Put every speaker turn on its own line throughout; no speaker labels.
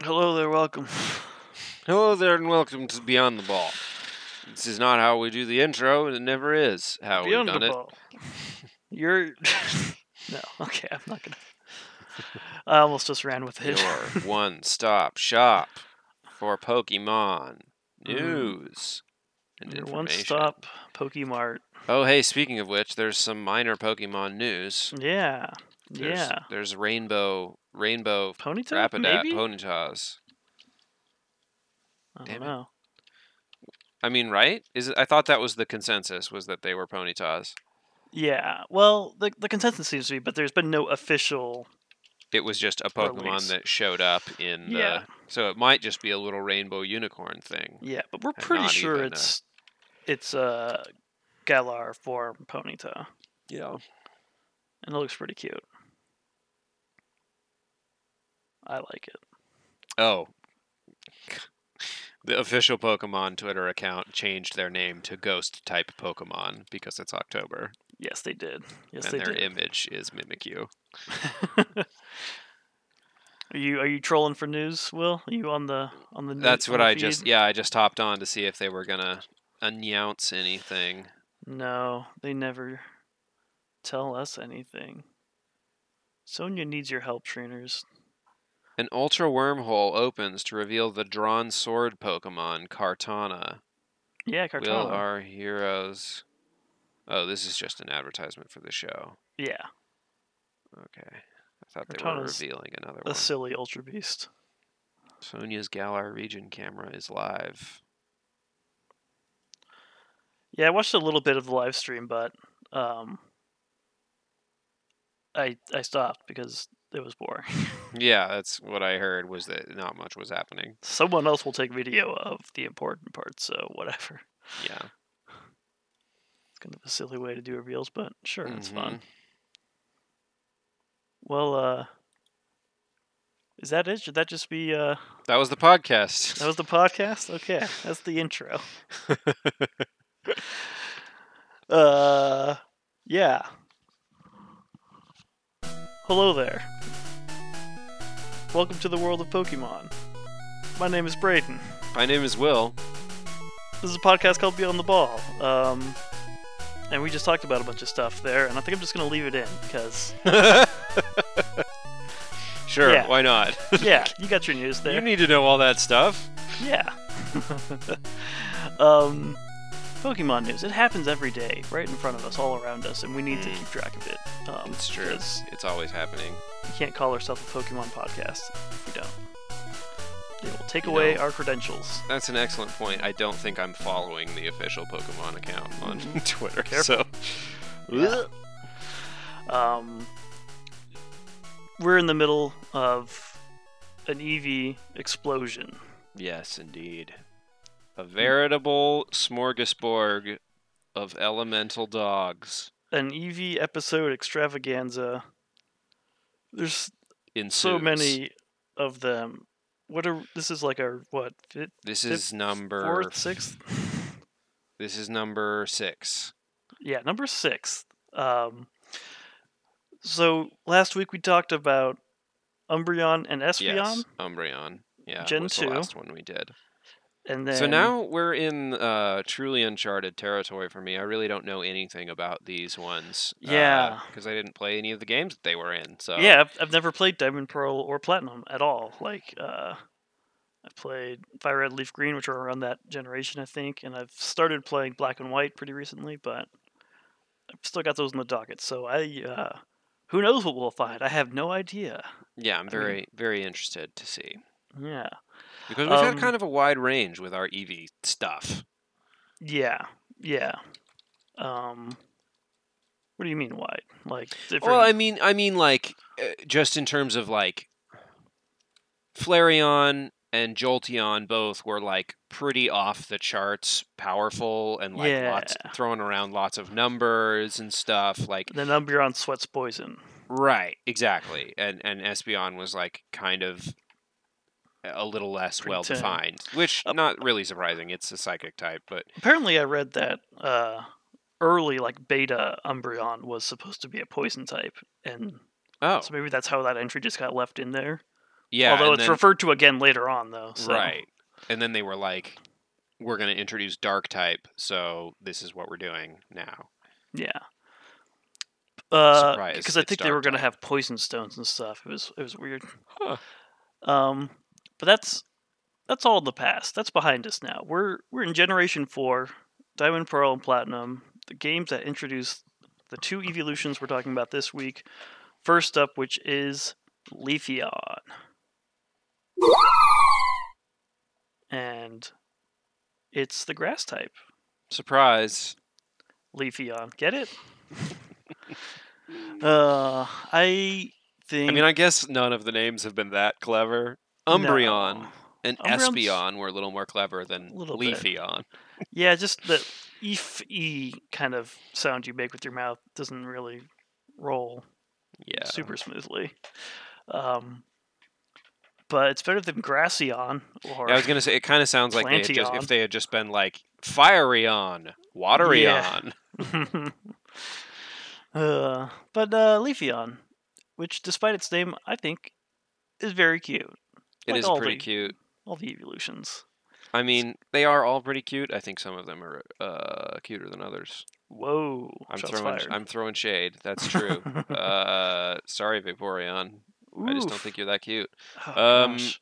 Hello there, welcome.
Hello there, and welcome to Beyond the Ball. This is not how we do the intro, and it never is how
Beyond
we've done
the
it.
ball. You're no okay. I'm not gonna. I almost just ran with it.
Your one stop shop for Pokemon
Mm.
news and
Your
information.
one-stop Pokemart.
Oh, hey, speaking of which, there's some minor Pokemon news.
Yeah,
There's,
yeah.
There's Rainbow, Rainbow
Ponytail,
Rapidat
maybe.
Ponytas.
I
Damn
don't
it.
know.
I mean, right? Is it, I thought that was the consensus was that they were Ponytas.
Yeah. Well, the the consensus seems to be, but there's been no official.
It was just a Pokemon
Release.
that showed up in the.
Yeah.
So it might just be a little rainbow unicorn thing.
Yeah, but we're
And
pretty
not
sure
even uh a-
it's it's a Galar form Ponyta,
Yeah.
and it looks pretty cute. I like it.
Oh. The official Pokemon Twitter account changed their name to Ghost Type Pokemon because it's October,
Yes, they did. Yes,
and
they
their
did.
image is Mimikyu.
Are you are you trolling for news, Will? Are you on the on the? news-
That's
on
what
the
I just
feed?
yeah I just hopped on to see if they were gonna announce anything.
No, they never tell us anything. Sonia needs your help, trainers.
An Ultra Wormhole opens to reveal the drawn sword Pokemon Cartana.
Yeah,
Will
Cartana.
our heroes? Oh, this is just an advertisement for the show.
yeah,
Okay, I thought they were
Cartana's
revealing another
a
one.
silly ultra beast.
Sonia's Galar region camera is live.
Yeah, I watched a little bit of the live stream, but um, I I stopped because it was boring.
Yeah, that's what I heard was that not much was happening.
Someone else will take video of the important parts, so whatever.
Yeah.
It's kind of a silly way to do reveals, but sure, it's fun.
Mhm.
Well, uh, is that it? Should that just be uh,
That was the podcast.
that was the podcast? Okay, that's the intro. uh, yeah. Hello there. Welcome to the world of Pokemon. My name is Brayden.
My name is Will.
This is a podcast called Beyond the Ball. Um, and we just talked about a bunch of stuff there, and I think I'm just gonna leave it in because
sure,
Yeah.
why not?
yeah, you got your news there.
you need to know all that stuff.
Yeah. um, Pokemon news. It happens every day, right in front of us, all around us, and we need to
Mm.
keep track of it. Um,
It's true.
because
It's always happening.
we can't call ourselves a Pokemon podcast if we don't. It will take
You
away
know.
our credentials.
That's an excellent point. I don't think I'm following the official Pokemon account on
Mhm.
Twitter.
Careful.
So
Yeah. Um, we're in the middle of an EV explosion.
Yes, indeed. A veritable smorgasbord of elemental dogs
An EV episode extravaganza. There's
ensues.
so many of them. What are this is like our what fifth,
This
fifth,
is number
fourth, sixth?
This is number six.
Yeah, number six. Um, so last week we talked about Umbreon and Espeon,
Yes, Umbreon. Yeah,
Gen
was
2.
the last one we did.
and then
So now we're in uh, truly uncharted territory for me. I really don't know anything about these ones.
Yeah.
because I didn't play any of the games that they were in. So
yeah, I've, I've never played Diamond, Pearl, or Platinum at all. Like uh, I played Fire Red, Leaf Green, which are around that generation, I think, and I've started playing Black and White pretty recently, but I've still got those in the docket. So I, uh, who knows what we'll find? I have no idea.
yeah, I'm
mean-
very very interested to see
Yeah.
because we've
Um,
had kind of a wide range with our EV stuff.
Yeah, yeah. Um, what do you mean wide? Like different?
Well, I mean, I mean, like uh, just in terms of like Flareon and Jolteon both were like pretty off the charts, powerful and like lots
Yeah.
throwing around lots of numbers and stuff. Like
then Umbreon sweats poison.
right, exactly. And and Espeon was like kind of a little less
Pretty
well defined, which
Uh,
not really surprising. It's a psychic type, but
Apparently, I read that uh, early, like beta Umbreon was supposed to be a poison type, and
Oh,
So maybe that's how that entry just got left in there.
yeah.
Although
and
it's
then-
referred to again later on, though. So.
Right. And then they were like, we're going to introduce dark type, so this is what we're doing now.
Yeah. Uh,
Surprise,
because I
it's
think they were
dark
going to
type.
have poison stones and stuff. It was it was weird.
Huh.
Um, but that's that's all in the past. That's behind us now. We're we're in generation four, diamond, pearl, and platinum. The games that introduce the two evolutions we're talking about this week. First up, which is Leafeon. And it's the grass type.
Surprise.
Leafeon. Get it? uh, I think.
I mean, I guess none of the names have been that clever.
no.
Umbreon and
Umbreon's-
Espeon were a little more clever than
Little bit.
Leafeon.
Yeah, just the eef e kind of sound you make with your mouth doesn't really roll
Yeah.
super smoothly. Um, but it's better than Grassion or
Yeah, I was going to say, it kind of sounds like they had just,
Planteon.
if they had just been like, Fiereon, Wateryon.
uh, but uh, Leafeon, which, despite its name, I think is very cute.
It
Like
is
all
pretty
the-
cute.
All the evolutions.
I mean, they are all pretty cute. I think some of them are uh, cuter than others.
Whoa!
I'm
shots
throwing
fired.
I'm throwing shade. That's true. uh, sorry, Vaporeon. I just don't
Oof.
think you're that cute.
Oh,
um,
gosh.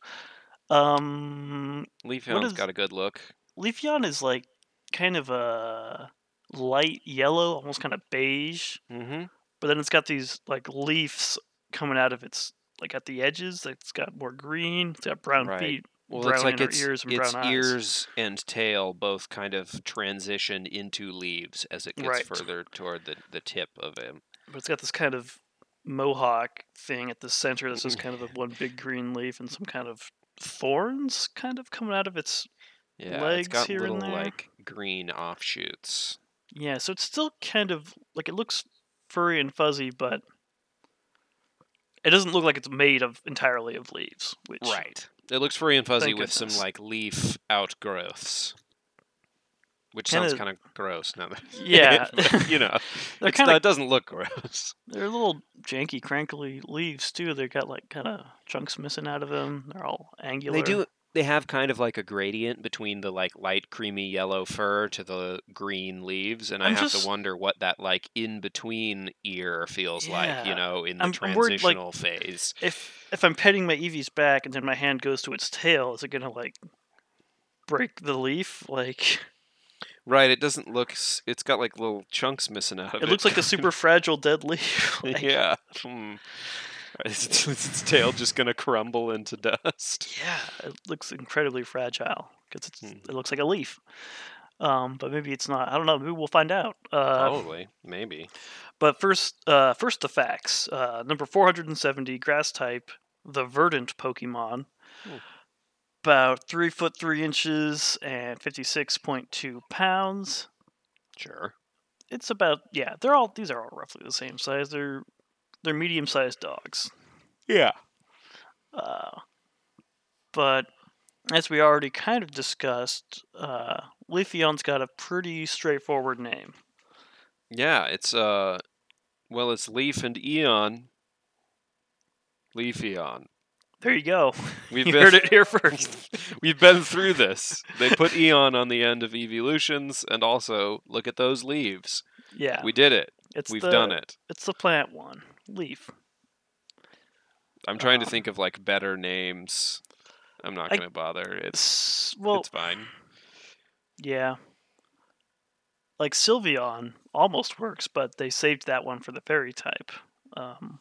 um,
Leafeon's
is-
got a good look.
Leafeon is like kind of a light yellow, almost kind of beige,
Mm-hmm.
but then it's got these like leaves coming out of its like at the edges. It's got more green. It's got brown
Right.
feet.
Well,
Brown
it's like
inner
its
ears and
its
brown eyes.
ears and tail both kind of transition into leaves as it gets
Right.
further toward the, the tip of him.
but it's got this kind of mohawk thing at the center that's just kind of a one big green leaf and some kind of thorns kind of coming out of its
Yeah,
Legs
it's got
here and
little
there.
like green offshoots.
yeah so it's still kind of like it looks furry and fuzzy but it doesn't look like it's made of entirely of leaves which
Right. It looks furry and fuzzy
Thank
with some
goodness.
like leaf outgrowths. Which sounds
Kinda-
kind of gross now that
yeah
but, you know,
they're
it's
kind of
not- it doesn't look gross.
they're little janky crankly leaves too they've got like kind of chunks missing out of them they're all angular
They do. They have kind of like a gradient between the like light creamy yellow fur to the green leaves, and i
I'm
have
just-
to wonder what that like in between ear feels like,
Yeah.
you know, in the
I'm- I'm worried, like-
transitional phase.
if if I'm petting my Eevee's back and then my hand goes to its tail, is it gonna like break the leaf? Like
Right. It doesn't look. s- It's got like little chunks missing out of
it
it.
looks like a super fragile dead leaf. like-
yeah. Hmm. Is its, is its tail just gonna crumble into dust?
yeah, it looks incredibly fragile because it's
Hmm.
it looks like a leaf. Um, but maybe it's not. I don't know. Maybe we'll find out. Uh,
Probably. Maybe.
But first, uh, first the facts. Uh, number four hundred and seventy, grass type, the verdant Pokemon,
Ooh.
about three foot three inches and fifty six point two pounds.
Sure.
it's about yeah they're all these are all roughly the same size they're they're medium sized dogs
Yeah.
uh, but as we already kind of discussed uh, leafeon's got a pretty straightforward name
Yeah, it's uh, well, it's Leaf and Eon. Leafeon.
there you go
We've
you
been,
heard it here first
We've been through this. They put Eon on the end of evolutions, and also look at those leaves.
yeah
We did it.
it's
We've
the,
done it.
it's the plant one leaf
I'm trying to
um,
think of like better names. I'm not
I-
gonna bother. It's
S- well
it's fine.
yeah like sylveon almost works but they saved that one for the fairy type um,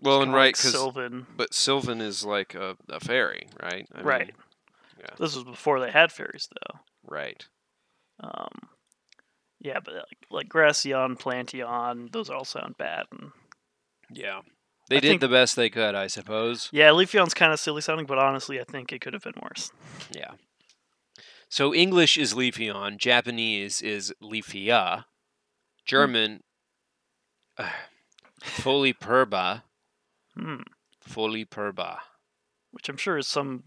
Well, and
kinda
right
like
because
sylvan
but Sylvan is like a, a fairy, right? I
Right.
mean, yeah.
This was before they had fairies, though.
right.
Um, yeah, but like, like Gracian, Plantion, those all sound bad. And,
Yeah. They
I
did
think-
the best they could, I suppose.
yeah, Leafeon's kind of silly sounding, but honestly, I think it could have been worse.
Yeah. So English is Leafeon, Japanese is Leafia, German uh, Foliperba,
Hmm.
Foliperba.
Which I'm sure is some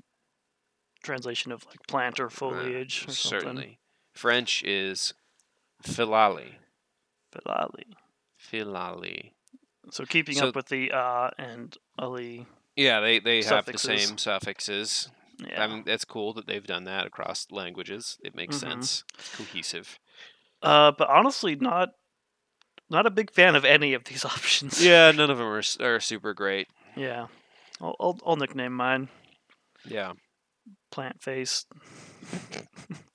translation of like plant or foliage or something.
Certainly. French is Filali,
Filali.
Filali.
So keeping
So-
up with the ah and ali.
Yeah, they, they have the
Suffixes.
same suffixes.
Yeah.
I mean, that's cool that they've done that across languages. It makes
Mhm.
sense. It's cohesive.
Uh, but honestly, not not a big fan of any of these options.
Yeah, none of them are, s- are super great.
Yeah. I'll, I'll, I'll nickname mine
Yeah.
Plant Face.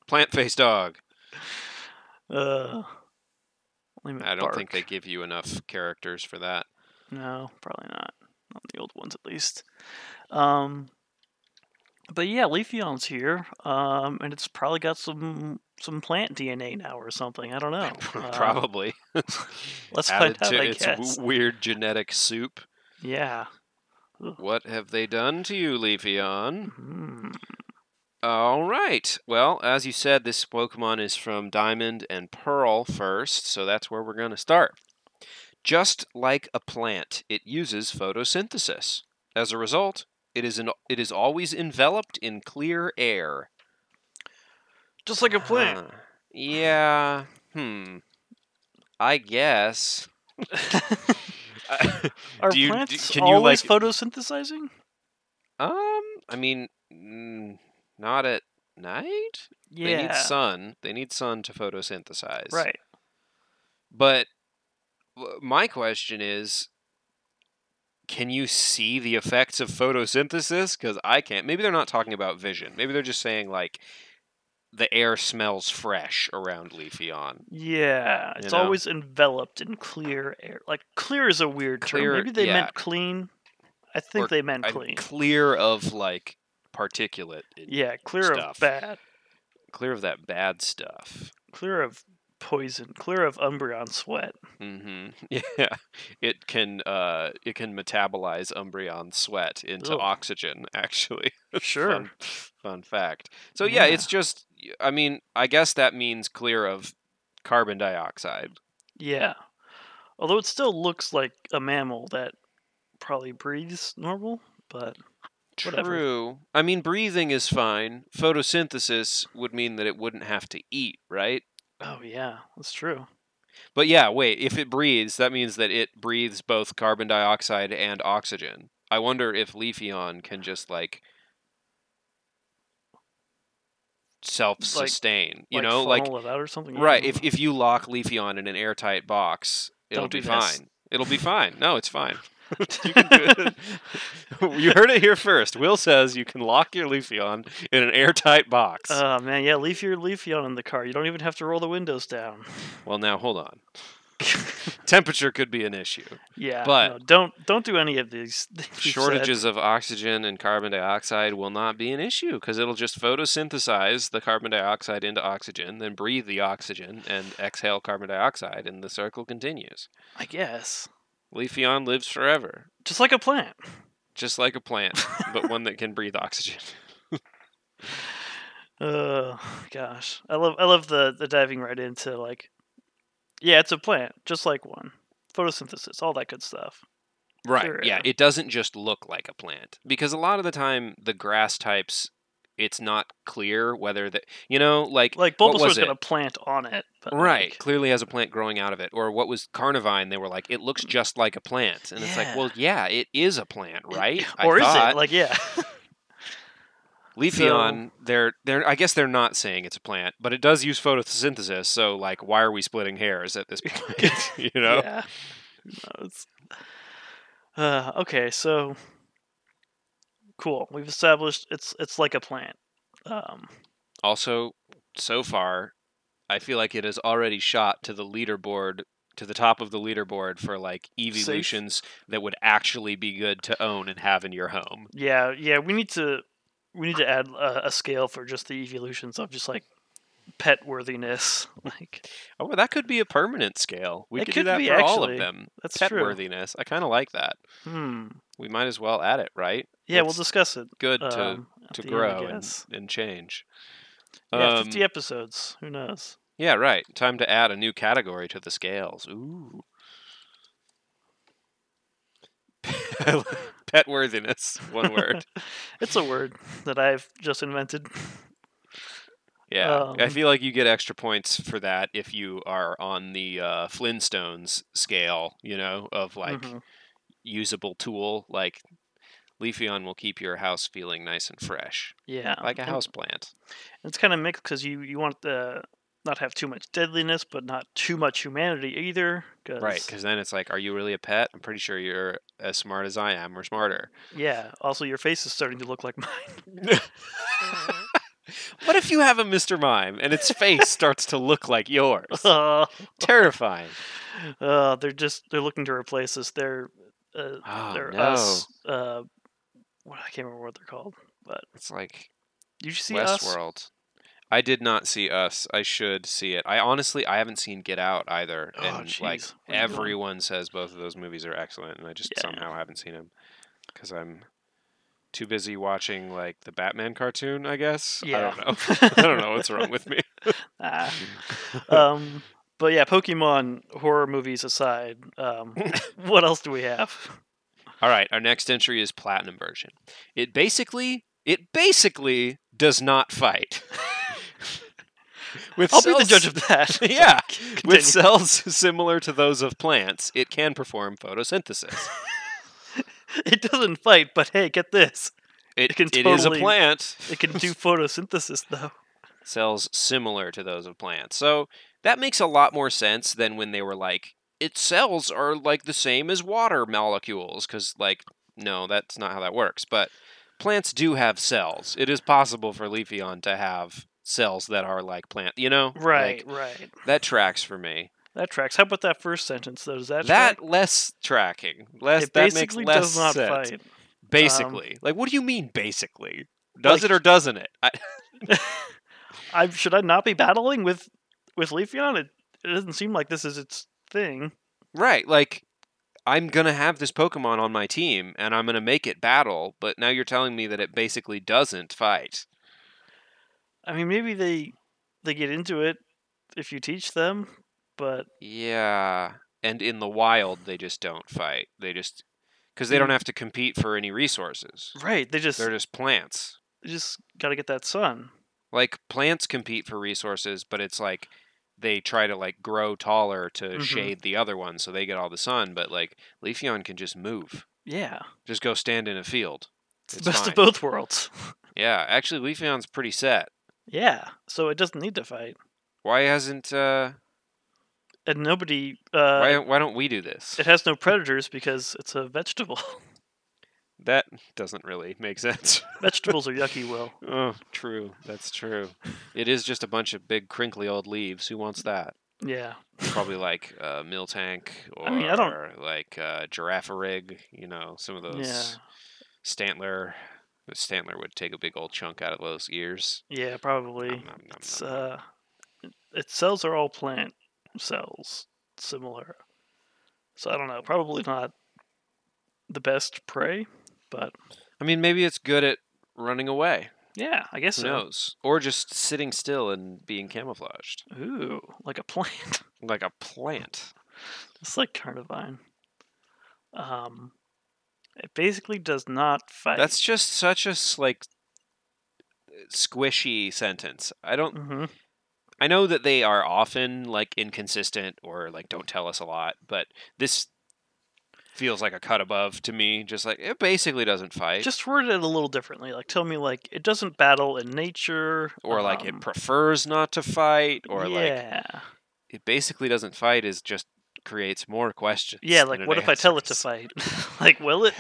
Plant faced dog.
Uh, Lehman
I don't think they
Bark.
give you enough characters for that.
No, probably not. Not the old ones, at least. Um, but yeah, Leafeon's here, um, and it's probably got some some plant DNA now or something. I don't know. Uh,
Probably.
let's find
Added
out,
to
I
its
guess.
w- weird genetic soup.
yeah.
What have they done to you, Leafeon?
Mm,
All right. Well, as you said, this Pokemon is from Diamond and Pearl first, so that's where we're going to start. Just like a plant, it uses photosynthesis. As a result, it is an, it is always enveloped in clear air.
Just like a plant.
Huh. yeah. Hmm. I guess.
Are
Do you- do-
plants
can you,
always
like-
photosynthesizing?
um, I mean, mm, not at night. They need
Yeah.
sun. They need sun to photosynthesize.
Right.
But w- my question is can you see the effects of photosynthesis? Because I can't. Maybe they're not talking about vision. Maybe they're just saying, like, the air smells fresh around Leafeon.
Yeah,
You
it's
know?
always enveloped in clear air. Like clear is a weird
Clear-
term. Maybe they
yeah.
meant clean. I think
Or-
they meant
I'm
clean.
clear of, like, particulate. and
yeah, clear
stuff.
of bad,
Clear of that bad stuff.
clear of poison, clear of Umbreon sweat.
hmm Yeah, it can uh, it can metabolize Umbreon sweat into
Ugh.
oxygen. Actually,
Sure.
fun, fun fact. So yeah,
Yeah.
it's just. I mean, I guess that means clear of carbon dioxide.
Yeah. Although it still looks like a mammal that probably breathes normal, but Whatever.
True. I mean, breathing is fine. Photosynthesis would mean that it wouldn't have to eat, right?
oh yeah, that's true.
But yeah, wait. If it breathes, that means that it breathes both carbon dioxide and oxygen. I wonder if Leafeon can just like self-sustain. you
like,
know, like
funnel it out or something. yeah, I
right.
don't
If
know.
if you lock Leafeon in an airtight box, it'll
Don't
be
do this.
fine. It'll be fine. No, it's fine. you can do it. you heard it here first. Will says you can lock your Leafeon in an airtight box.
Oh man, yeah, leave your Leafeon in the car. You don't even have to roll the windows down.
well, now hold on. Temperature could be an issue.
Yeah,
But-
no, don't don't do any of these things we've said.
shortages of oxygen and carbon dioxide will not be an issue because it'll just photosynthesize the carbon dioxide into oxygen, then breathe the oxygen and exhale carbon dioxide, and the circle continues.
I guess
Leafeon lives forever,
just like a plant.
just like a plant, but one that can breathe oxygen.
Oh gosh, I love I love the the diving right into like, yeah, it's a plant just like one. Photosynthesis, all that good stuff.
Right.
Sure,
Yeah.
yeah.
It doesn't just look like a plant because a lot of the time the grass types, it's not clear whether that you know like
Like
What was
Bulbasaur's got
it?
a plant on it, but
Right.
like,
Clearly has a plant growing out of it. Or what was Carnivine? They were like, it looks just like a plant. And it's like,
Yeah.
well, yeah, it is a plant,
it-
right?
or
I
is
thought.
it like yeah?
Leafeon, they're they're I guess they're not saying it's a plant, but it does use photosynthesis, so like why are we splitting hairs at this point? you know?
Yeah. No, it's- Uh, okay, so cool. We've established it's it's like a plant. Um,
Also, so far, I feel like it has already shot to the leaderboard to the top of the leaderboard for like evolutions that would actually be good to own and have in your home.
Yeah, yeah, we need to we need to add a, a scale for just the evolutions of just like pet worthiness. Like
Oh, well, that could be a permanent scale. We
It
could, do
could
that
be,
for all of
actually.
them.
that's
Pet
true.
worthiness. I kind of like that.
Hmm.
We might as well add it, right?
Yeah, we'll
It's
discuss it.
Good to
um, at
to
the end, I
grow and,
guess.
and change.
yeah,
Um,
fifty episodes. Who knows?
yeah, right. Time to add a new category to the scales. Ooh. Pet worthiness. One word.
It's a word that I've just invented.
Yeah, I
Um,
feel like you get extra points for that if you are on the uh, Flintstones scale, you know, of like
Mhm.
usable tool. Like Leafeon will keep your house feeling nice and fresh,
Oh, yeah,
like a
and
houseplant.
It's kind of mixed because you you want the not have too much deadliness, but not too much humanity either. Cause,
Right, because then it's like, are you really a pet? I'm pretty sure you're as smart as I am, or smarter.
Yeah. Also, your face is starting to look like mine.
what if you have a Mr. Mime and its face starts to look like yours?
uh,
Terrifying.
uh, they're just they're looking to replace us. They're uh,
Oh
they're
no!
us. Uh, what I can't remember what they're called.
It's like
Did you see us?
Westworld. I did not see Us. I should see it. I honestly, I haven't seen Get Out either,
Oh,
and like
jeez. What are you doing?
everyone says, both of those movies are excellent, and I just
Yeah.
somehow haven't seen them because I'm too busy watching like the Batman cartoon. I guess. I
Yeah.
don't know. I don't know what's wrong with me.
Ah. um, but yeah, Pokemon horror movies aside, um, what else do we have?
All right, our next entry is platinum version. It basically, it basically does not fight. With
I'll be the
cells-
judge of that.
Yeah.
Continue.
With cells similar to those of plants, it can perform photosynthesis.
it doesn't fight, but hey, get this.
It,
can
it is a
totally-
plant.
It can do photosynthesis though.
cells similar to those of plants. So that makes a lot more sense than when they were like, its cells are like the same as water molecules, because, like, no, that's not how that works. But plants do have cells. It is possible for Leafeon to have cells that are like plant, you know?
Right,
Like,
right.
that tracks for me.
That tracks. How about that first sentence though? Does that
that
track?
less tracking. Less,
it
that makes
basically
less
does not
sense.
fight.
Basically. like, what do you mean, basically? Does
Like-
it or doesn't it? I,
I should I not be battling with with Leafeon? It it doesn't seem like this is its thing.
Right, like I'm gonna have this Pokemon on my team and I'm gonna make it battle, but now you're telling me that it basically doesn't fight.
I mean, maybe they they get into it if you teach them, but
Yeah. And in the wild they just don't fight. They just because they don't have to compete for any resources.
right, they just
They're just plants.
they just got to get that sun.
Like plants compete for resources, but it's like they try to like grow taller to
Mhm.
shade the other one so they get all the sun, but like Leafeon can just move.
Yeah,
Just go stand in a field.
it's,
It's
the best
fine.
of both worlds.
Yeah, actually Leafeon's pretty set.
Yeah, so it doesn't need to fight,
Why hasn't uh
and nobody. Uh,
why, why don't we do this?
It has no predators because it's a vegetable.
That doesn't really make sense.
Vegetables are yucky, Will.
oh, true. That's true. It is just a bunch of big, crinkly old leaves. Who wants that?
Yeah.
Probably like uh, mill tank or
I mean, I don't-
like uh, giraffe rig. You know, some of those stantler. The stantler would take a big old chunk out of those ears.
Yeah. Yeah, probably.
Nom, nom, nom,
It's
nom.
uh, its cells are all plant cells, similar. So I don't know. Probably not the best prey, but
I mean, maybe it's good at running away.
yeah, I guess
Who
so.
knows? Or just sitting still and being camouflaged
Ooh, like a plant.
like a plant.
it's like Carnivine. Um, it basically does not fight.
That's just such a s- like squishy sentence. I don't.
hmm
I know that they are often like inconsistent or like don't tell us a lot, but this feels like a cut above to me. Just like it basically doesn't fight,
Just word it a little differently. Like, tell me, like, it doesn't battle in nature,
or like
um,
it prefers not to fight, or like
yeah,
it basically doesn't fight is just creates more questions.
yeah.
than
Like,
it
what if I tell it to
answers.
fight? like, will it?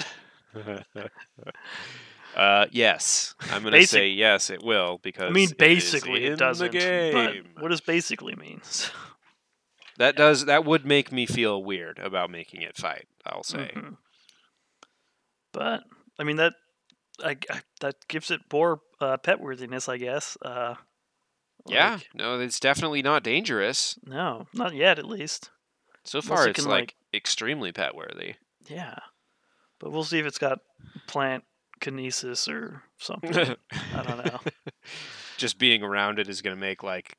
uh, yes, I'm gonna
Basic-
say yes. It will because
I mean,
it is
basically, it,
in
doesn't.
The game.
But what does basically mean?
That does that would make me feel weird about making it fight. I'll say.
Mhm. But I mean that I, I- that gives it more uh, pet worthiness, I guess. Uh,
Yeah,
like,
no, it's definitely not dangerous.
no, not yet, at least.
So
Unless
far,
it
it's
can,
like,
like-
extremely pet worthy.
Yeah, but we'll see if it's got plant kinesis or something. I don't know.
Just being around it is gonna make like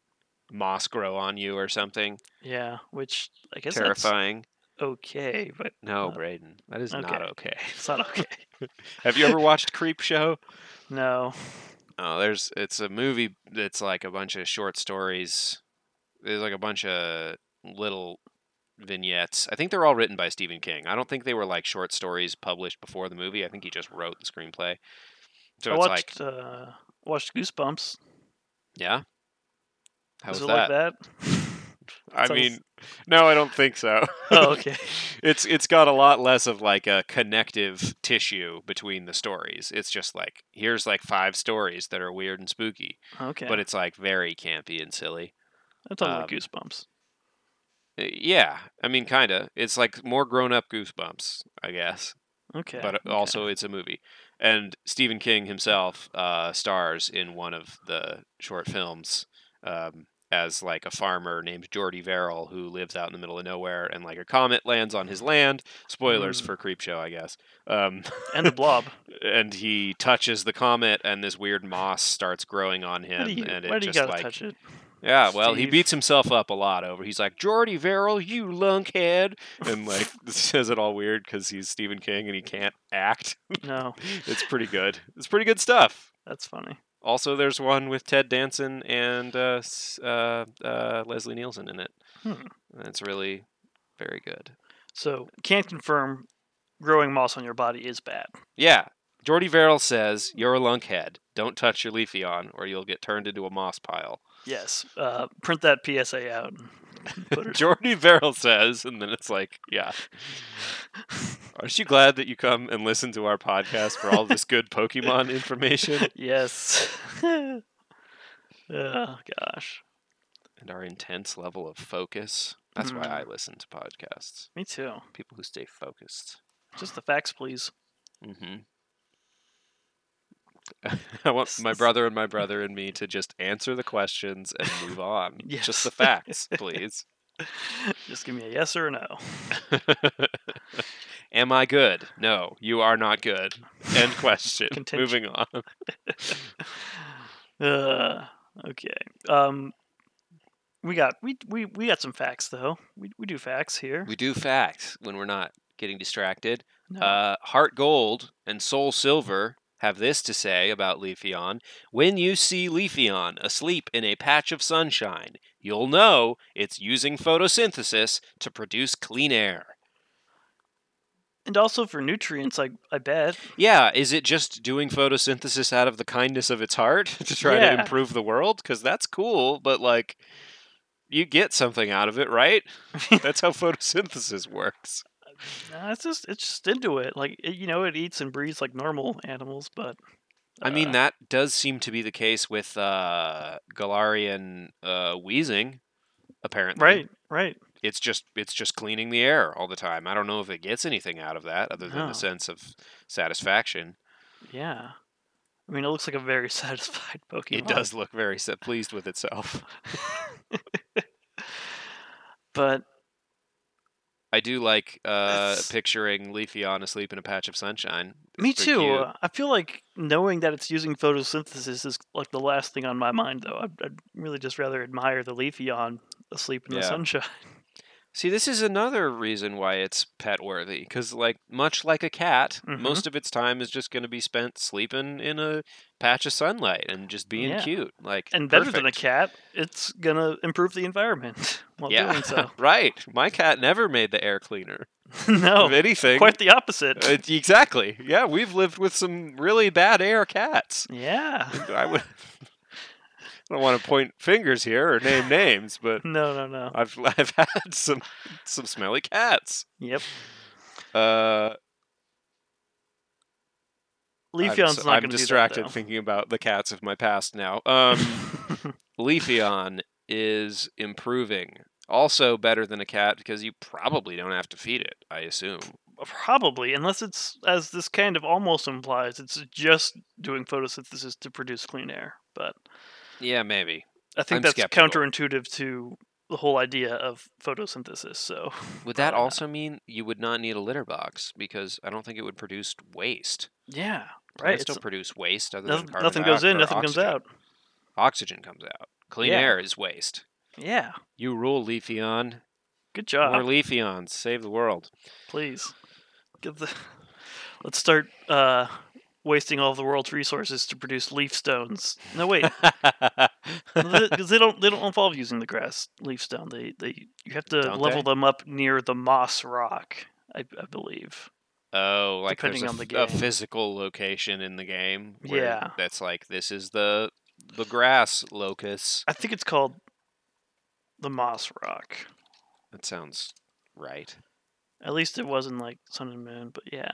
moss grow on you or something
Yeah, which I guess
terrifying.
that's okay, but
No,
uh,
Braden, that is
okay.
not okay.
it's not okay.
Have you ever watched Creep Show?
No,
Oh, there's it's a movie that's like a bunch of short stories. There's like a bunch of little vignettes. I think they're all written by Stephen King. I don't think they were like short stories published before the movie. I think he just wrote the screenplay. So
I
it's
watched uh, watched Goosebumps.
like, yeah. How
Is
was
it
that?
like that?
I
Sounds-
mean, no, I don't think so.
oh, okay.
it's it's got a lot less of like a connective tissue between the stories. It's just like here's like five stories that are weird and spooky,
Okay.
but it's like very campy and silly.
I'm talking about
um,
Goosebumps.
Uh, Yeah, I mean, kinda. It's like more grown up goosebumps, I guess.
Okay.
but
okay.
also it's a movie, and Stephen King himself uh, stars in one of the short films. Um, as like a farmer named Geordie Verrill who lives out in the middle of nowhere and like a comet lands on his land. Spoilers
Mm.
for Creepshow, I guess. Um,
and the Blob.
and he touches the comet and this weird moss starts growing on him
Why do you,
and
why
it
do you
just
gotta
like
touch it?
yeah well he
Steve?
beats himself up a lot over he's like geordie verrill you lunkhead and like says it all weird because he's stephen king and he can't act
No,
it's pretty good it's pretty good stuff
that's funny.
also there's one with ted danson and uh, s- uh, uh, leslie nielsen in it
Hmm.
and it's really very good
So can't confirm growing moss on your body is bad.
yeah geordie verrill says you're a lunkhead don't touch your leafeon or you'll get turned into a moss pile
Yes. Uh, print that PSA out. and Put it.
Jordy Verrill says, and then it's like, yeah. Aren't you glad that you come and listen to our podcast for all this good Pokemon information
yes. oh gosh.
and our intense level of focus? That's why
Hmm.
I listen to podcasts.
Me too.
People who stay focused.
Just the facts, please.
Mm-hmm. I want my brother and my brother and me to just answer the questions and move on. Just the
Yes.
facts, please.
Just give me a yes or a no.
Am I good? No, you are not good. End question.
Contention.
Moving on.
Uh, okay. Um, we got we we we got some facts though. We we do facts here.
We do facts when we're not getting distracted.
No.
Uh, Heart Gold and Soul Silver have this to say about Leafeon. When you see Leafeon asleep in a patch of sunshine, you'll know it's using photosynthesis to produce clean air.
and also for nutrients, I I bet.
Yeah, is it just doing photosynthesis out of the kindness of its heart to try to
Yeah.
improve the world? Because that's cool, but like, you get something out of it, right? that's how photosynthesis works.
Nah, it's just it's just into it. Like it, you know, it eats and breathes like normal animals, but
I mean,
uh,
that does seem to be the case with uh, Galarian uh, wheezing. Apparently,
right, right.
It's just it's just cleaning the air all the time. I don't know if it gets anything out of that other than
No.
the sense of satisfaction.
Yeah. I mean, it looks like a very satisfied Pokemon.
It does look very sa- pleased with itself.
But
I do like uh,
That's-
picturing Leafeon asleep in a patch of sunshine. It's
me
pretty
too.
cute.
uh, I feel like knowing that it's using photosynthesis is like the last thing on my mind, though. I'd, I'd really just rather admire the Leafeon asleep in the
Yeah.
sunshine.
See, this is another reason why it's pet worthy because, like, much like a cat,
Mhm.
most of its time is just going to be spent sleeping in a patch of sunlight and just being
Yeah.
cute. Like,
And better than a
perfect.
cat, it's gonna improve the environment while
Yeah,
doing so.
right. My cat never made the air cleaner. If
no,
anything,
quite the opposite.
It- exactly. Yeah, we've lived with some really bad air cats.
yeah.
I would. I don't want to point fingers here or name names, but
No, no, no.
I've I've had some some smelly cats.
Yep.
Uh, I'm,
Leafeon's
so-
not
I'm
gonna
distracted
do that,
thinking about the cats of my past now. Um,
though.
Leafeon is improving. Also better than a cat because you probably don't have to feed it, I assume.
Probably, unless it's as this kind of almost implies, it's just doing photosynthesis to produce clean air. But
Yeah, maybe.
I think
I'm
that's
skeptical.
counterintuitive to the whole idea of photosynthesis. So
Would that
Probably not.
also mean you would not need a litter box because I don't think it would produce waste.
yeah,
Plants
right. it's-
don't produce waste other
nothing,
than carbon
nothing goes
dioxide
in,
or
nothing
oxygen.
comes out.
Oxygen comes out. Clean
Yeah.
air is waste.
Yeah,
You rule, Leafeon.
good
More
job.
Leafeons. Save the world.
Please, give the. Let's start uh, wasting all the world's resources to produce leaf stones. No, wait, because they don't they don't involve using the grass leaf stone. They they you have to
Don't
level
they?
them up near the moss rock, I, I believe.
oh, like
Depending
there's
on
a,
the
f- a
game.
physical location in the game. Where
Yeah.
That's like this is the the grass locus.
I think it's called the moss rock.
That sounds right.
At least it wasn't like Sun and Moon, but yeah.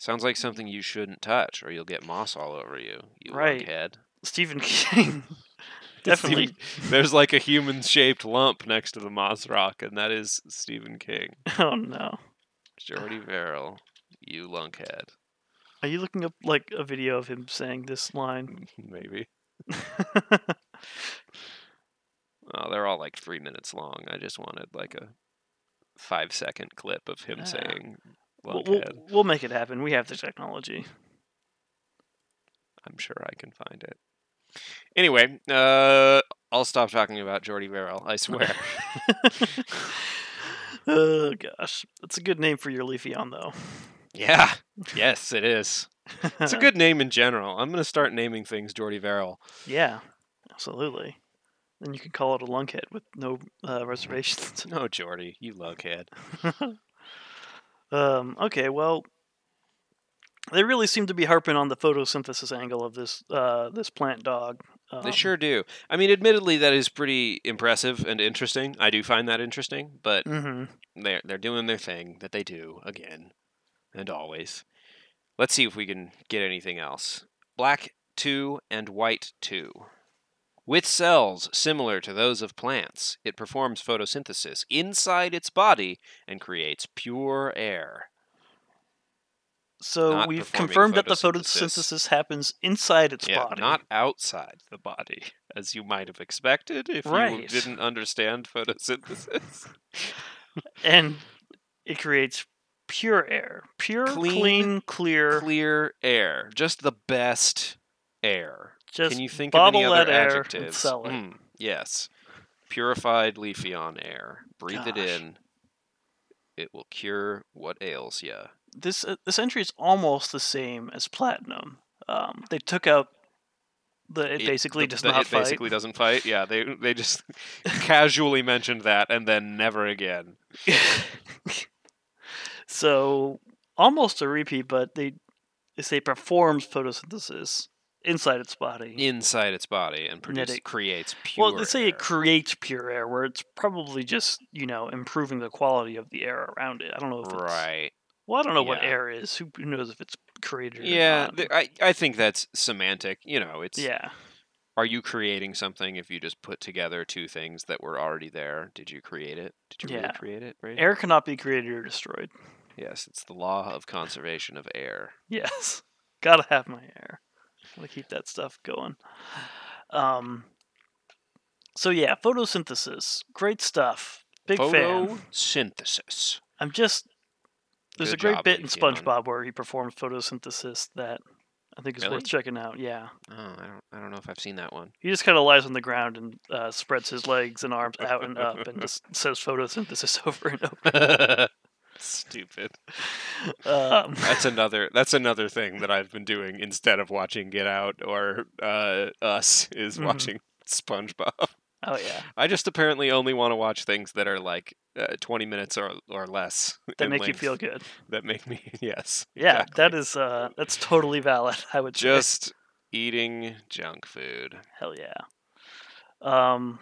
Sounds like something you shouldn't touch, or you'll get moss all over you. You
Right.
lunkhead.
Stephen King definitely
There's like a human-shaped lump next to the moss rock, and that is Stephen King.
Oh no.
Jordy Verrill, you lunkhead.
Are you looking up like a video of him saying this line?
Maybe. Oh, they're all like three minutes long. I just wanted like a five-second clip of him
Yeah.
saying
we'll,
lunkhead.
we'll, we'll make it happen. We have the technology.
I'm sure I can find it. Anyway, uh, I'll stop talking about Jordy Verrill. I swear.
oh gosh, that's a good name for your Leafeon though.
yeah. Yes, it is. It's a good name in general. I'm going to start naming things Jordy Verrill.
yeah, absolutely. Then you can call it a lunkhead with no uh, reservations.
No, Jordy, Oh, you lunkhead.
Um, okay, well, they really seem to be harping on the photosynthesis angle of this uh, this plant dog. Um,
They sure do. I mean, admittedly, that is pretty impressive and interesting. I do find that interesting, but
hmm
they're they're doing their thing that they do again and always. Let's see if we can get anything else. Black 2 and white 2. With cells similar to those of plants, it performs photosynthesis inside its body and creates pure air.
So
Not
we've
performing
confirmed that the
photosynthesis.
photosynthesis happens inside its
yeah,
body.
not outside the body, as you might have expected if you
Right.
didn't understand photosynthesis.
and it creates pure air. Pure,
Clean,
clean, clear,
Clear air, just the best air.
just
Can you think of
bottle
any other
that air and
adjectives?
sell it.
Mm, yes. Purified Leafeon air. Breathe it
Gosh.
in. It will cure what ails ya.
this uh, this entry is almost the same as platinum. Um, they took out the it,
It-
basically
the-
does
the-
not
it
fight.
basically doesn't fight. Yeah, they they just casually mentioned that and then never again.
so almost a repeat, but they they say performs photosynthesis inside its body.
Inside its body and produce,
Knitting.
creates pure
well, they say
air.
it creates pure air, where it's probably just you know improving the quality of the air around it. I don't know if it's
Right.
well, I don't know what
Yeah.
air is. Who who knows if it's created? Or
Yeah,
not.
th- I, I think that's semantic. You know, it's
yeah,
are you creating something if you just put together two things that were already there? Did you create it? Did you
Yeah.
really create it? Right?
air cannot be created or destroyed.
Yes, it's the law of conservation of air.
Yes. Gotta have my hair. Gotta keep that stuff going. Um so yeah, photosynthesis. Great stuff. Big fan.
Photosynthesis.
I'm just there's
Good
a great
job,
bit in
Leafeon.
SpongeBob where he performs photosynthesis that I think is
Really?
worth checking out. Yeah.
Oh, I don't, I don't know if I've seen that one.
He just kind of lies on the ground and uh, spreads his legs and arms out and up and just says photosynthesis over and over.
Stupid.
Um,
That's another. That's another thing that I've been doing instead of watching Get Out or uh, Us is
Mhm.
watching SpongeBob.
oh yeah.
I just apparently only want to watch things that are like uh, twenty minutes or or less.
That
in
make you
length,
feel good.
That make me yes.
Yeah,
exactly.
that is uh that's totally valid, I would say.
just eating junk food.
Hell yeah. Um,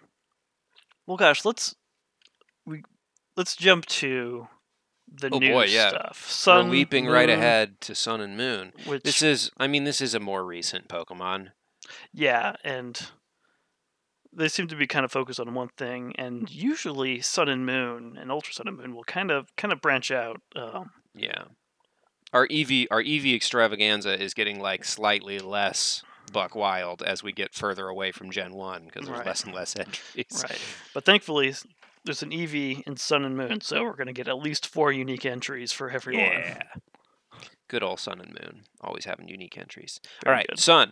well, gosh, let's we let's jump to the
Oh,
new
boy, yeah.
stuff. Sun,
We're leaping right
Moon,
ahead to Sun and Moon.
Which
This is, I mean, this is a more recent Pokemon.
yeah, and they seem to be kind of focused on one thing. And usually, Sun and Moon and Ultra Sun and Moon will kind of kind of branch out. Um,
Yeah. Our EV, our EV extravaganza is getting like slightly less buck wild as we get further away from Gen One because there's
Right.
less and less entries.
right, but thankfully. s- There's an EV in Sun and Moon, so we're going to get at least four unique entries for everyone.
Yeah. Good old Sun and Moon, always having unique entries. All
Very
right,
good.
Sun.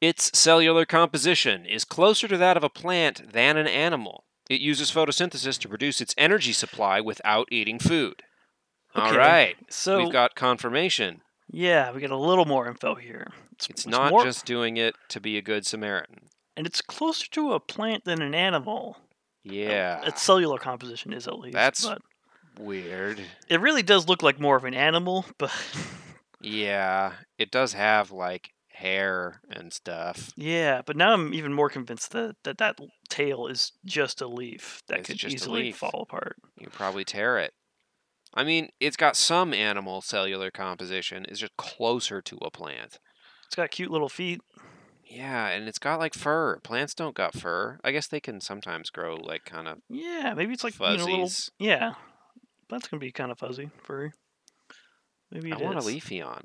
Its cellular composition is closer to that of a plant than an animal. It uses photosynthesis to produce its energy supply without eating food. All
Okay,
right.
So
We've got confirmation
Yeah, we get a little more info here.
It's not
more- Oh,
just doing it to be a good Samaritan.
and it's closer to a plant than an animal.
Yeah.
its cellular composition is at least.
Ah. That's-
but
weird.
it really does look like more of an animal, but
Yeah. It does have like hair and stuff.
yeah. But now I'm even more convinced that that, that tail is just a leaf that
It's
could
just a
easily
leaf.
fall apart.
You probably tear it. I mean, it's got some animal cellular composition. It's just closer to a plant.
It's got cute little feet.
Yeah, and it's got like fur. Plants don't got fur. I guess they can sometimes grow like kind of
Yeah, maybe it's like you know,
fuzzies.
little yeah. That's gonna be kind of fuzzy, furry. Maybe it
I want a
is.
Leafeon.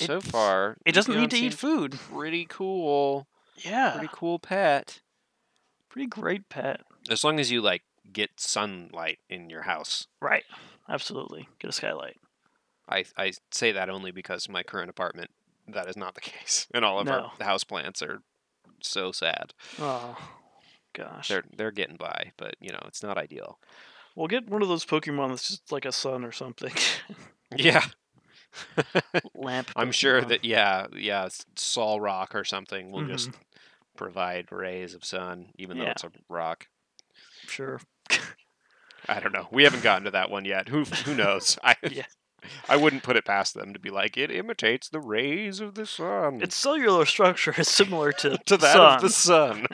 It-
so far,
It doesn't
Leafeon
need to eat Ah.
seems
food.
Pretty cool.
Yeah,
Pretty
pretty,
cool pet.
great pet.
As long as you like get sunlight in your house.
Right, absolutely. Get a skylight.
I I say that only because my current apartment that is not the case, and all of
No.
our house plants are so sad.
Oh gosh.
They're they're getting by, but you know it's not ideal.
We'll get one of those Pokemon that's just like a sun or something.
Yeah,
Lamp.
I'm sure
Pokemon.
that yeah yeah s- Sol Rock or something will
Mhm.
just provide rays of sun, even though
Yeah.
it's a rock.
Sure.
I don't know. We haven't gotten to that one yet. Who who knows? I
Yeah.
I wouldn't put it past them to be like it imitates the rays of the sun.
Its cellular structure is similar to,
to that
sun.
of the sun.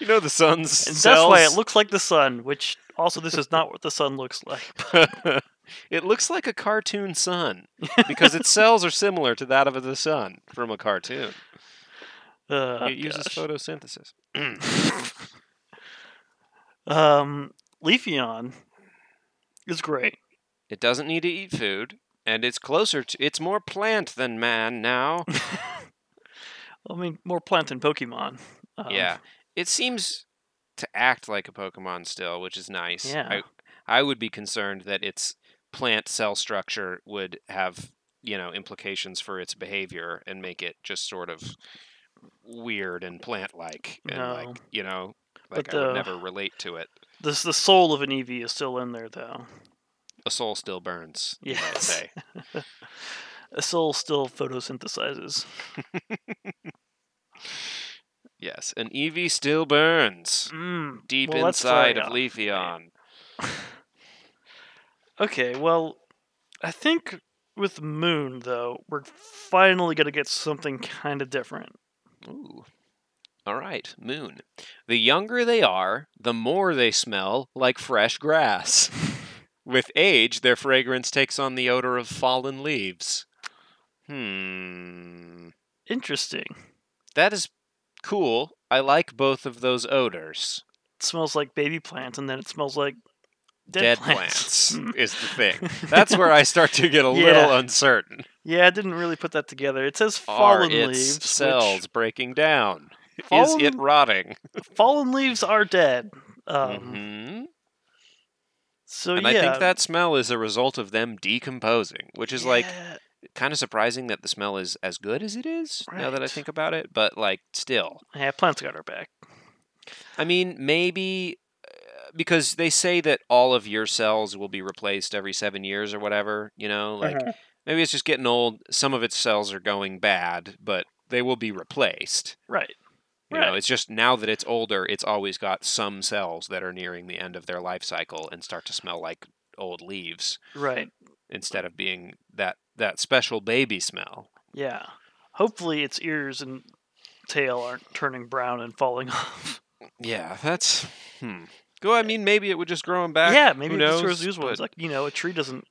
you know the sun's
and that's
cells.
why it looks like the sun, which also this is not what the sun looks like.
looks. it looks like a cartoon sun because its cells are similar to that of the sun from a cartoon.
Uh,
it uses
gosh.
photosynthesis.
um, Leafeon is great.
It doesn't need to eat food, and it's closer to. It's more plant than man now.
I mean, more plant than Pokemon. Um,
yeah, it seems to act like a Pokemon still, which is nice.
Yeah.
I, I would be concerned that its plant cell structure would have you know implications for its behavior and make it just sort of weird and plant-like and
No.
like you know
But
like I
the-
would never relate to it.
This the soul of an EV is still in there though.
A soul still burns. you might
Yes.
say.
A soul still photosynthesizes.
Yes, an EV still burns
Mm,
deep
Well, that's
inside
far enough.
of Leafeon.
Okay, well, I think with Moon though, we're finally gonna get something kind of different.
Ooh. All right, moon. The younger they are, the more they smell like fresh grass. With age, their fragrance takes on the odor of fallen leaves. Hmm.
Interesting.
That is cool. I like both of those odors.
It smells like baby plants, and then it smells like dead,
plants,
Mm.
is the thing. That's where I start to get a little
Yeah.
uncertain.
yeah, I didn't really put that together. It says
Are
fallen
its
leaves. which-
cells breaking down?
fallen,
Is it rotting?
fallen leaves are dead. Um,
hmm
So
and
yeah,
I think that smell is a result of them decomposing, which is like
yeah,
kind of surprising that the smell is as good as it is now that I
Right.
think about it, but like still.
yeah, plants got our back.
I mean, maybe uh, because they say that all of your cells will be replaced every 7 years or whatever, you know, like
Mhm.
maybe it's just getting old, some of its cells are going bad, but they will be replaced.
right,
You know,
Right.
it's just now that it's older, it's always got some cells that are nearing the end of their life cycle and start to smell like old leaves.
right,
instead of being that that special baby smell.
yeah. Hopefully, its ears and tail aren't turning brown and falling off.
Yeah, that's hmm. Well, I mean, maybe it would just grow them back.
Yeah,
who
maybe
knows,
it's those used ones.
but
Like you know, a tree doesn't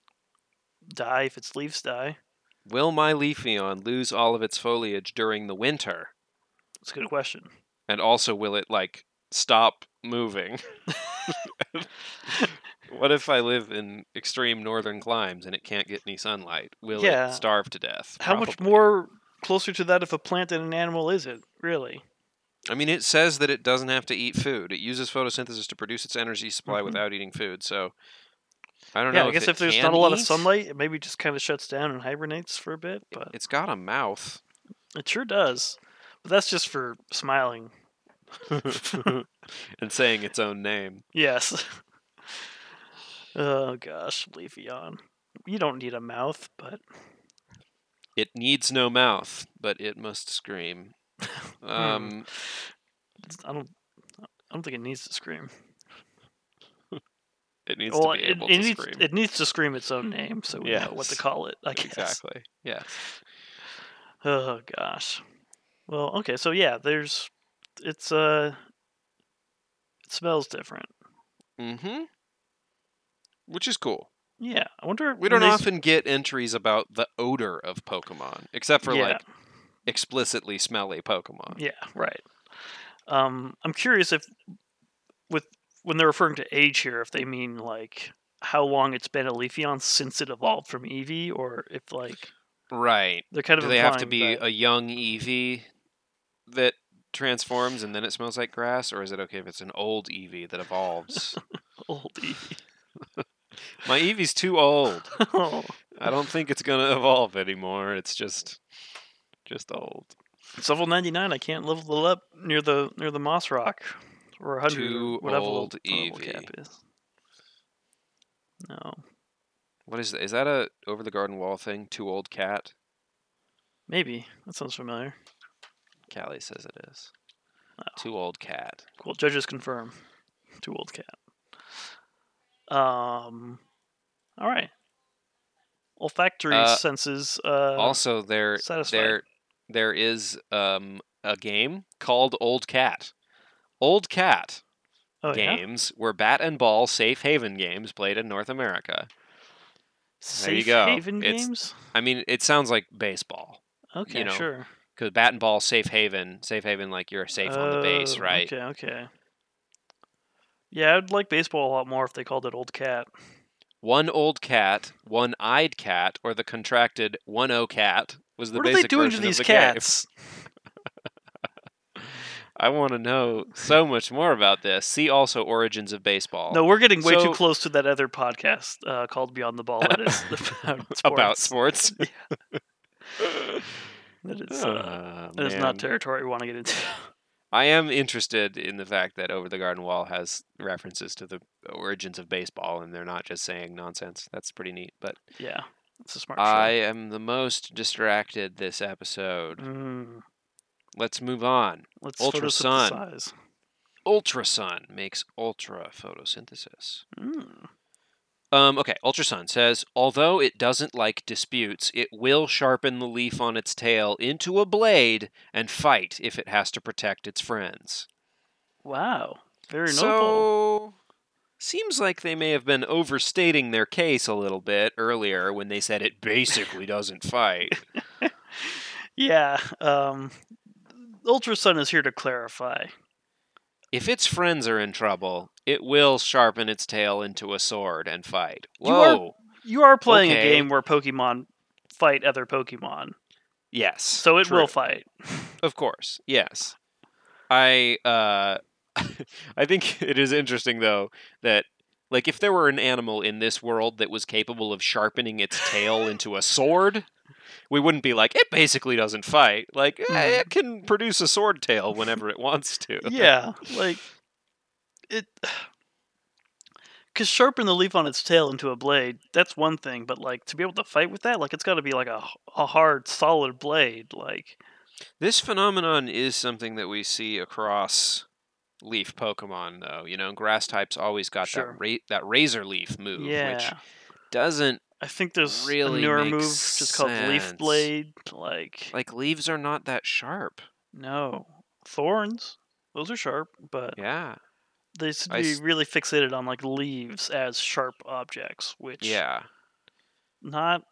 die if its leaves die.
will my leafeon lose all of its foliage during the winter?
It's a good question.
And also, will it like stop moving? what if I live in extreme northern climes and it can't get any sunlight? Will
Yeah.
it starve to death?
How much
Probably.
more closer to that if a plant than an animal is it? Really?
I mean, it says that it doesn't have to eat food. It uses photosynthesis to produce its energy supply
Mhm.
without eating food. So I don't
Yeah,
know.
I guess
it
if there's
can
not a lot of
eat.
sunlight, it maybe just kind of shuts down and hibernates for a bit. But
it's got a mouth.
it sure does. But that's just for smiling.
and saying its own name.
Yes. oh gosh, Leafeon. you don't need a mouth, but
It needs no mouth, but it must scream.
Hmm.
Um,
it's- I don't. I don't think it needs to scream.
it needs
well,
to be
it,
able
it
to
needs
scream.
it needs to scream its own name, so we know what to
Yes.
call it. I guess.
exactly. Yeah.
Oh gosh. Well, okay, so yeah, there's it's uh it smells different.
Mm-hmm. Which is cool.
Yeah. I wonder
We
when
don't
they s-
often get entries about the odor of Pokemon, except for
yeah,
like explicitly smelly Pokemon.
Yeah, right. Um I'm curious if with when they're referring to age here, if they mean like how long it's been a Leafeon since it evolved from Eevee, or if like
Right.
they're kind of
Do they have to
implying
be
that-
a young Eevee that transforms and then it smells like grass, or is it okay if it's an old Eevee that evolves?
old Eevee.
My Eevee's too old.
Oh,
I don't think it's gonna evolve anymore. It's just just old.
it's level ninety nine, I can't level it up near the near the moss rock. Or hundred
Too
whatever level-
old
level
Eevee.
cap is. No.
What is that? Is that a over the garden wall thing? Too old cat?
Maybe. That sounds familiar.
Callie says it is.
Oh.
Too old cat.
Cool. Judges confirm. Too old cat. Um all right. Olfactory
Uh,
senses uh
also there
satisfied.
there there is um a game called Old Cat. Old Cat
oh, yeah?
games were bat and ball safe haven games played in North America. There you
Safe
go.
Haven
It's-
games?
I mean, it sounds like baseball
Okay,
know,
sure.
because bat and ball safe haven, safe haven like you're safe on the base,
Oh,
right?
Okay, okay. Yeah, I'd like baseball a lot more if they called it old cat.
One old cat, one eyed cat, or the contracted one o cat was the
what are
basic
they doing to
version of
these
the game.
cats?
I want to know so much more about this. See also Origins of Baseball.
No, we're getting way
Oh. So-
too close to that other podcast uh, called Beyond the Ball that is about sports.
about sports.
that is, uh,
Ah,
that is
man.
not territory we want to get into.
I am interested in the fact that Over the Garden Wall has references to the origins of baseball, and they're not just saying nonsense. That's pretty neat. But
yeah, it's a smart
I am the most distracted this episode.
show. Mm,
Let's move on.
let's
Ultra
photosynthesize.
Ultra Sun makes ultra photosynthesis.
Mm,
Um, okay, Ultra Sun says, although it doesn't like disputes, it will sharpen the leaf on its tail into a blade and fight if it has to protect its friends.
wow, very noble.
So seems like they may have been overstating their case a little bit earlier when they said it basically doesn't fight.
Yeah, um, Ultra Sun is here to clarify.
If its friends are in trouble, it will sharpen its tail into a sword and fight.
You are-
Whoa.
You are playing
Okay.
a game where Pokemon fight other Pokemon,
Yes.
so it
true.
will fight.
Of course, yes. I uh, I think it is interesting though that like if there were an animal in this world that was capable of sharpening its tail into a sword, we wouldn't be like it basically doesn't fight. Like eh,
Mhm.
it can produce a sword tail whenever it wants to.
yeah, like it. Cause sharpen the leaf on its tail into a blade, that's one thing, but like to be able to fight with that, like it's got to be like a, a hard, solid blade. Like,
This phenomenon is something that we see across leaf Pokemon though. You know, grass types always got
Sure.
that ra- that razor leaf move,
yeah,
which doesn't
I think there's
really
a newer
makes
move just called leaf
sense.
blade. Like,
like leaves are not that sharp.
no thorns, those are sharp, but
Yeah.
they should
I
be
s-
really fixated on like leaves as sharp objects, which
Yeah.
not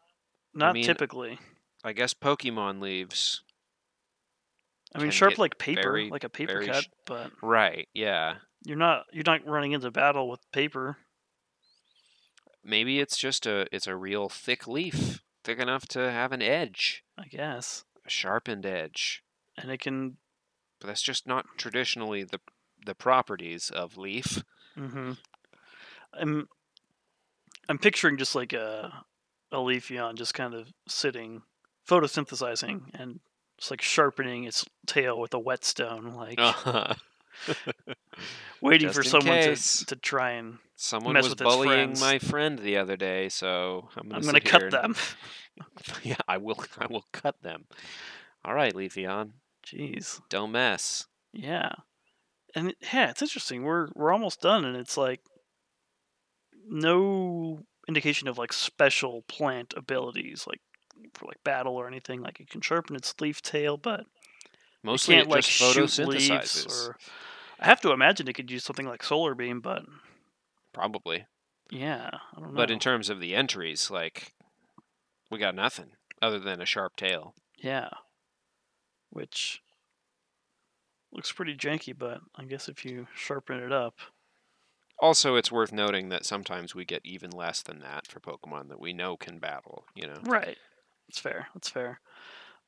not
mean,
typically.
I guess Pokemon leaves.
I mean,
can
sharp
get
like paper,
very-
like a paper
very
cut,
sh-
but
Right, yeah.
you're not you're not running into battle with paper.
Maybe it's just a it's a real thick leaf, thick enough to have an edge,
I guess,
a sharpened edge.
and it can.
But that's just not traditionally the the properties of leaf.
hmm I'm I'm picturing just like a a leafeon just kind of sitting, photosynthesizing, and just like sharpening its tail with a whetstone, like
Uh-huh.
waiting
Just
for
in
someone to,
case.
to try and
Someone
Mess
was
with its
bullying
friends.
my friend the other day, so I'm gonna.
I'm
sit
going to
here
cut
and-
them.
yeah, I will. I will cut them. All right, Leafeon,
Jeez.
don't mess.
Yeah. And it- yeah, it's interesting. We're we're almost done and it's like no indication of like special plant abilities like for like battle or anything. Like it can sharpen its leaf tail, but
Mostly
can't
it
like
just
shoot
photosynthesizes.
leaves or I have to imagine it could use something like solar beam, but
Probably,
yeah, I don't know.
but in terms of the entries, like we got nothing other than a sharp tail.
yeah. Which looks pretty janky, but I guess if you sharpen it up,
Also, it's worth noting that sometimes we get even less than that for Pokemon that we know can battle. You know,
Right. That's fair. That's fair.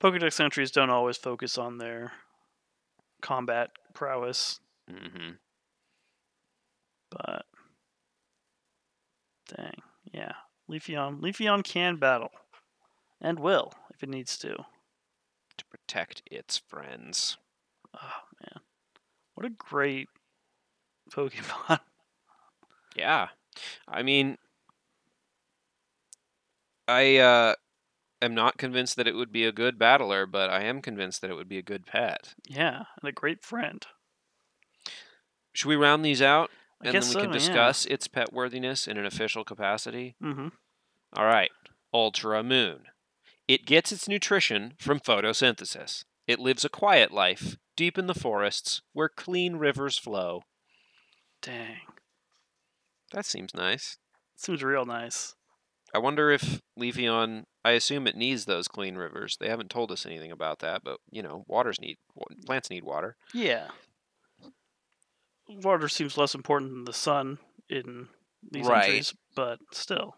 Pokedex entries don't always focus on their combat prowess,
hmm
but dang, yeah. Leafeon, Leafeon can battle, and will if it needs to.
to protect its friends.
Oh man, what a great Pokemon!
Yeah. I mean I uh am not convinced that it would be a good battler, but I am convinced that it would be a good pet.
yeah, and a great friend.
Should we round these out
I
and then
guess
we can
so, yeah.
discuss its pet worthiness in an official capacity?
hmm
All right. Ultra Moon. It gets its nutrition from photosynthesis. It lives a quiet life deep in the forests where clean rivers flow.
Dang,
That seems nice.
seems real nice.
I wonder if Leafeon. I assume it needs those clean rivers. They haven't told us anything about that, but you know, waters need wa- plants need water.
Yeah. Water seems less important than the sun in these
Right.
entries, but still,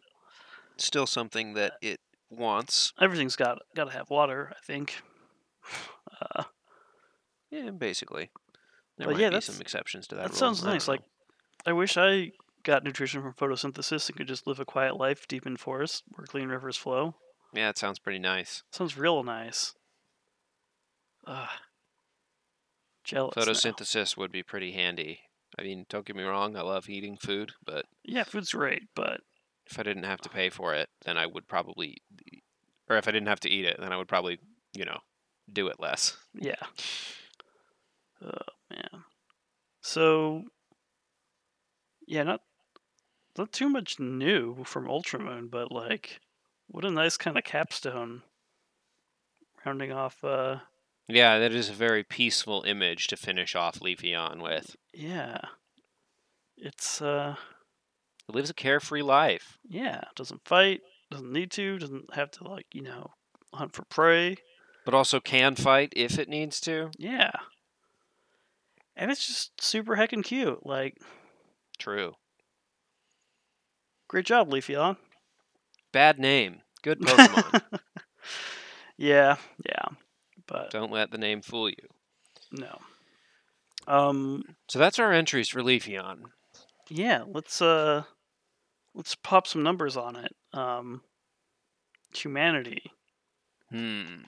Still something that it wants.
everything's got got to have water, I think. Uh,
Yeah, basically. There
But
might
yeah,
be
that's-
some exceptions to that.
that
rule.
sounds
I don't
nice. Like,
know.
I wish I got nutrition from photosynthesis and could just live a quiet life deep in forests where clean rivers flow.
yeah, it sounds pretty nice.
Sounds real nice. Ugh. Jealous. now.
Photosynthesis would be pretty handy. I mean, don't get me wrong. I love eating food, but
Yeah, food's great, but
if I didn't have to pay for it, then I would probably, e, or if I didn't have to eat it, then I would probably, you know, do it less.
Yeah. Oh man. So yeah, not not too much new from Ultramoon, but like what a nice kind of capstone rounding off uh
Yeah, that is a very peaceful image to finish off Leafeon with.
yeah. It's uh
It lives a carefree life.
yeah, doesn't fight, doesn't need to, doesn't have to like, you know, hunt for prey.
But also can fight if it needs to.
Yeah. And it's just super heckin' cute. Like,
True.
great job, Leafeon.
Bad name. Good Pokemon.
yeah, yeah. But
Don't let the name fool you.
no. Um
So that's our entries for Leafeon.
yeah, let's uh let's pop some numbers on it. Um humanity.
Hmm.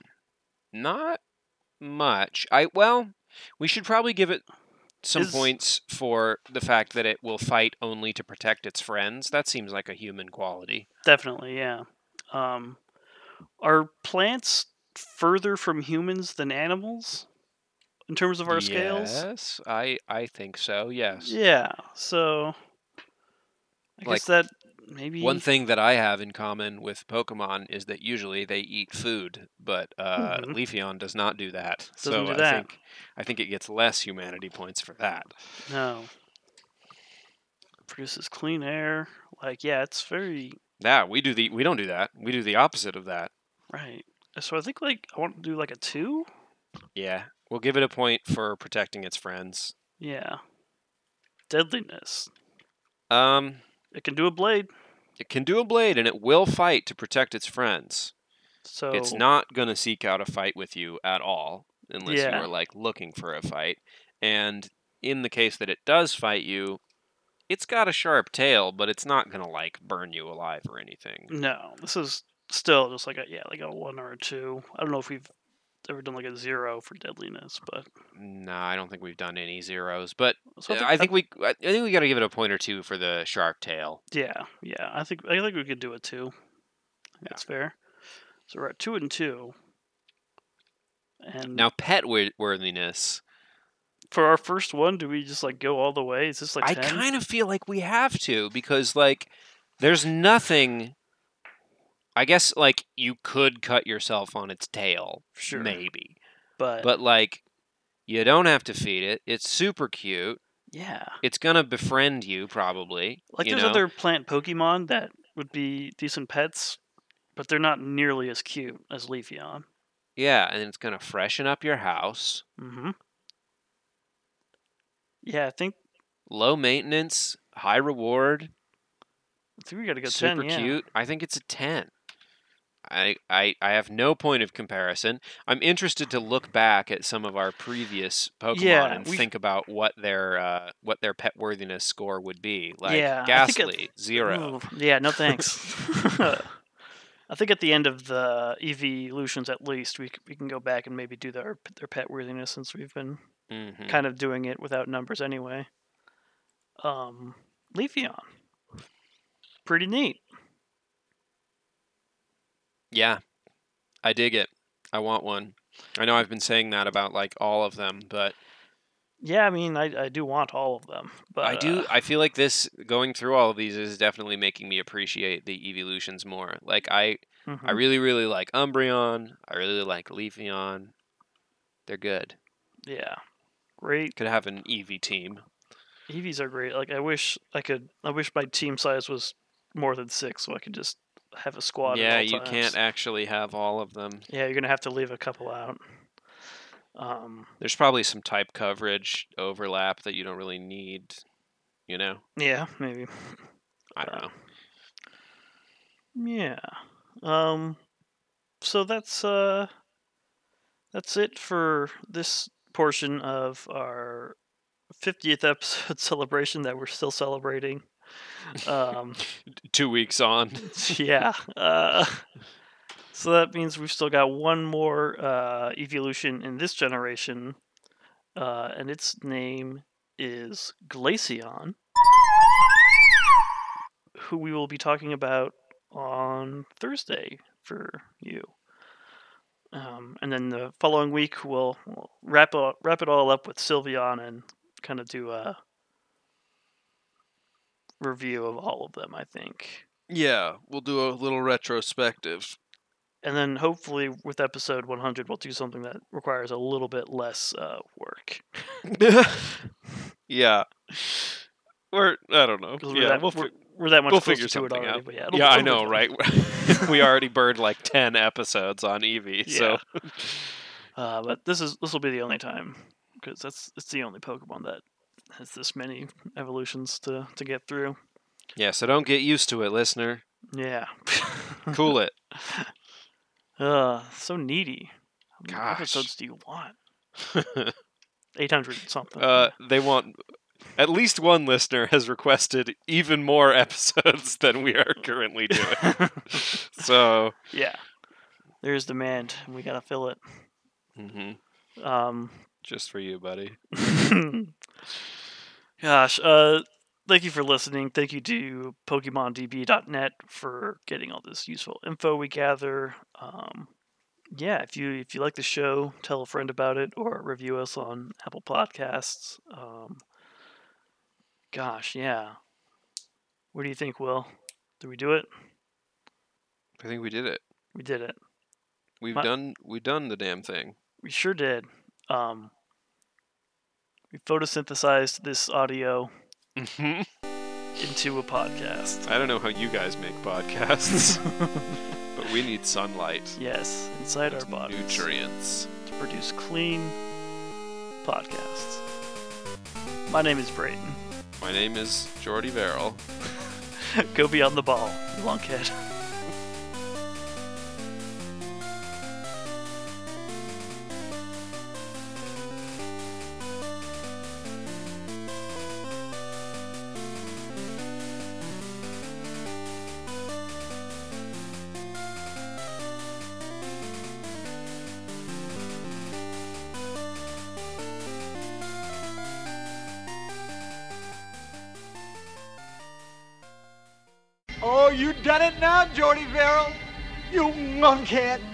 Not much. I well, we should probably give it some
Is-
points for the fact that it will fight only to protect its friends. That seems like a human quality.
Definitely, yeah. Um are plants further from humans than animals in terms of our scales?
Yes, I I think so. Yes.
Yeah. So I
Like,
guess that maybe
One thing that I have in common with Pokemon is that usually they eat food, but uh,
Mhm.
Leafeon does not do that. so
Doesn't do
I
that.
think I think it gets less humanity points for that.
no. Produces clean air. Like, yeah, it's very
Yeah, we do the we don't do that. We do the opposite of that.
Right. So I think like I want to do like a two.
Yeah, we'll give it a point for protecting its friends.
Yeah. Deadliness.
Um,
It can do a blade.
it can do a blade, and it will fight to protect its friends.
So
It's not going to seek out a fight with you at all unless
Yeah.
you are like looking for a fight. And in the case that it does fight you, it's got a sharp tail, but it's not going to like burn you alive
Mm.
or anything.
no. This is still just like a yeah, like a one or a two. I don't know if we've ever done like a zero for deadliness, but
No, I don't think we've done any zeros, but
so
uh, I think we I I think we got to give it a point or two for the sharp tail.
yeah, yeah. I think I think we could do it too.
Yeah.
That's fair. So we're at two and two. And
Now pet wor- worthiness.
for our first one, do we just like go all the way? Is this like
I
10?
kind of feel like we have to because like there's nothing I guess like you could cut yourself on its tail.
Sure.
Maybe.
but,
But like you don't have to feed it. It's super cute.
yeah,
It's going to befriend you probably.
like
you
there's
know?
other plant Pokemon that would be decent pets, but they're not nearly as cute as Leafeon.
Yeah, and it's going to freshen up your house.
Mm-hmm. Yeah, I think
Low maintenance, high reward.
I think we got to go
super
ten. Yeah.
cute. I think it's a ten. I, I I have no point of comparison. I'm interested to look back at some of our previous Pokemon
Yeah,
and
we-
think about what their uh, what their pet worthiness score would be. Like
Yeah, I think
Ghastly zero.
Ooh, yeah, no thanks. I think at the end of the evolutions, at least we c- we can go back and maybe do their their pet worthiness since we've been
Mhm.
kind of doing it without numbers anyway. Um, Leafeon, pretty neat.
Yeah, I dig it. I want one. I know I've been saying that about like all of them, but,
Yeah, I mean, I, I do want all of them, but
I do.
uh,
I feel like this going through all of these is definitely making me appreciate the evolutions more. Like I I
mhm.
really, really like Umbreon. I really like Leafeon. They're good.
yeah, great.
Could have an EV team.
EVs are great. Like I wish I could. I wish my team size was more than six, so I could just have a squad. at
yeah,
all
you
times.
can't actually have all of them.
Yeah, you're gonna have to leave a couple out. Um,
There's probably some type coverage overlap that you don't really need. You know,
yeah, maybe.
I don't know.
Yeah. Um, so that's uh, that's it for this portion of our 50th episode celebration that we're still celebrating. Um,
Two weeks on.
yeah. Uh, so that means we've still got one more uh, evolution in this generation, uh, and its name is Glaceon, who we will be talking about on Thursday for you. Um, and then the following week, we'll, we'll wrap, all, wrap it all up with Sylveon and kind of do a review of all of them, I think.
Yeah, we'll do a little retrospective.
and then hopefully with episode 100 we'll do something that requires a little bit less uh, work
yeah. Or I don't know.
'Cause we're, that, we're, we're that much
we'll
closer
figure
to it
something
already
out.
but yeah, it'll-
Yeah, I
it'll be
know,
fun.
right? we already burned like ten episodes on Eevee, so
uh, but this is this will be the only time because that's it's the only pokemon that has this many evolutions to to get through
yeah. So don't get used to it, listener.
yeah
Cool it.
uh, so needy how many
Gosh.
episodes do you want 800 something
uh, they want at least one listener has requested even more episodes than we are currently doing. so
yeah there's demand and we gotta fill it
mhm,
um
just for you, buddy.
Gosh, uh, thank you for listening. Thank you to PokemonDB.net for getting all this useful info we gather. Um, yeah, if you if you like the show, tell a friend about it or review us on Apple Podcasts. Um, gosh, yeah. What do you think, Will? Did we do it?
I think we did it.
We did it.
We've
My-
done we've done the damn thing.
We sure did. Um, we photosynthesized this audio
Mhm.
into a podcast.
I don't know how you guys make podcasts, but we need sunlight,
Yes, inside our
and
bodies
nutrients.
to produce clean podcasts. My name is Brayton.
My name is Jordy Verrill.
Go beyond the ball, you lunkhead.
you done it now, Jordy Farrell? You monkhead!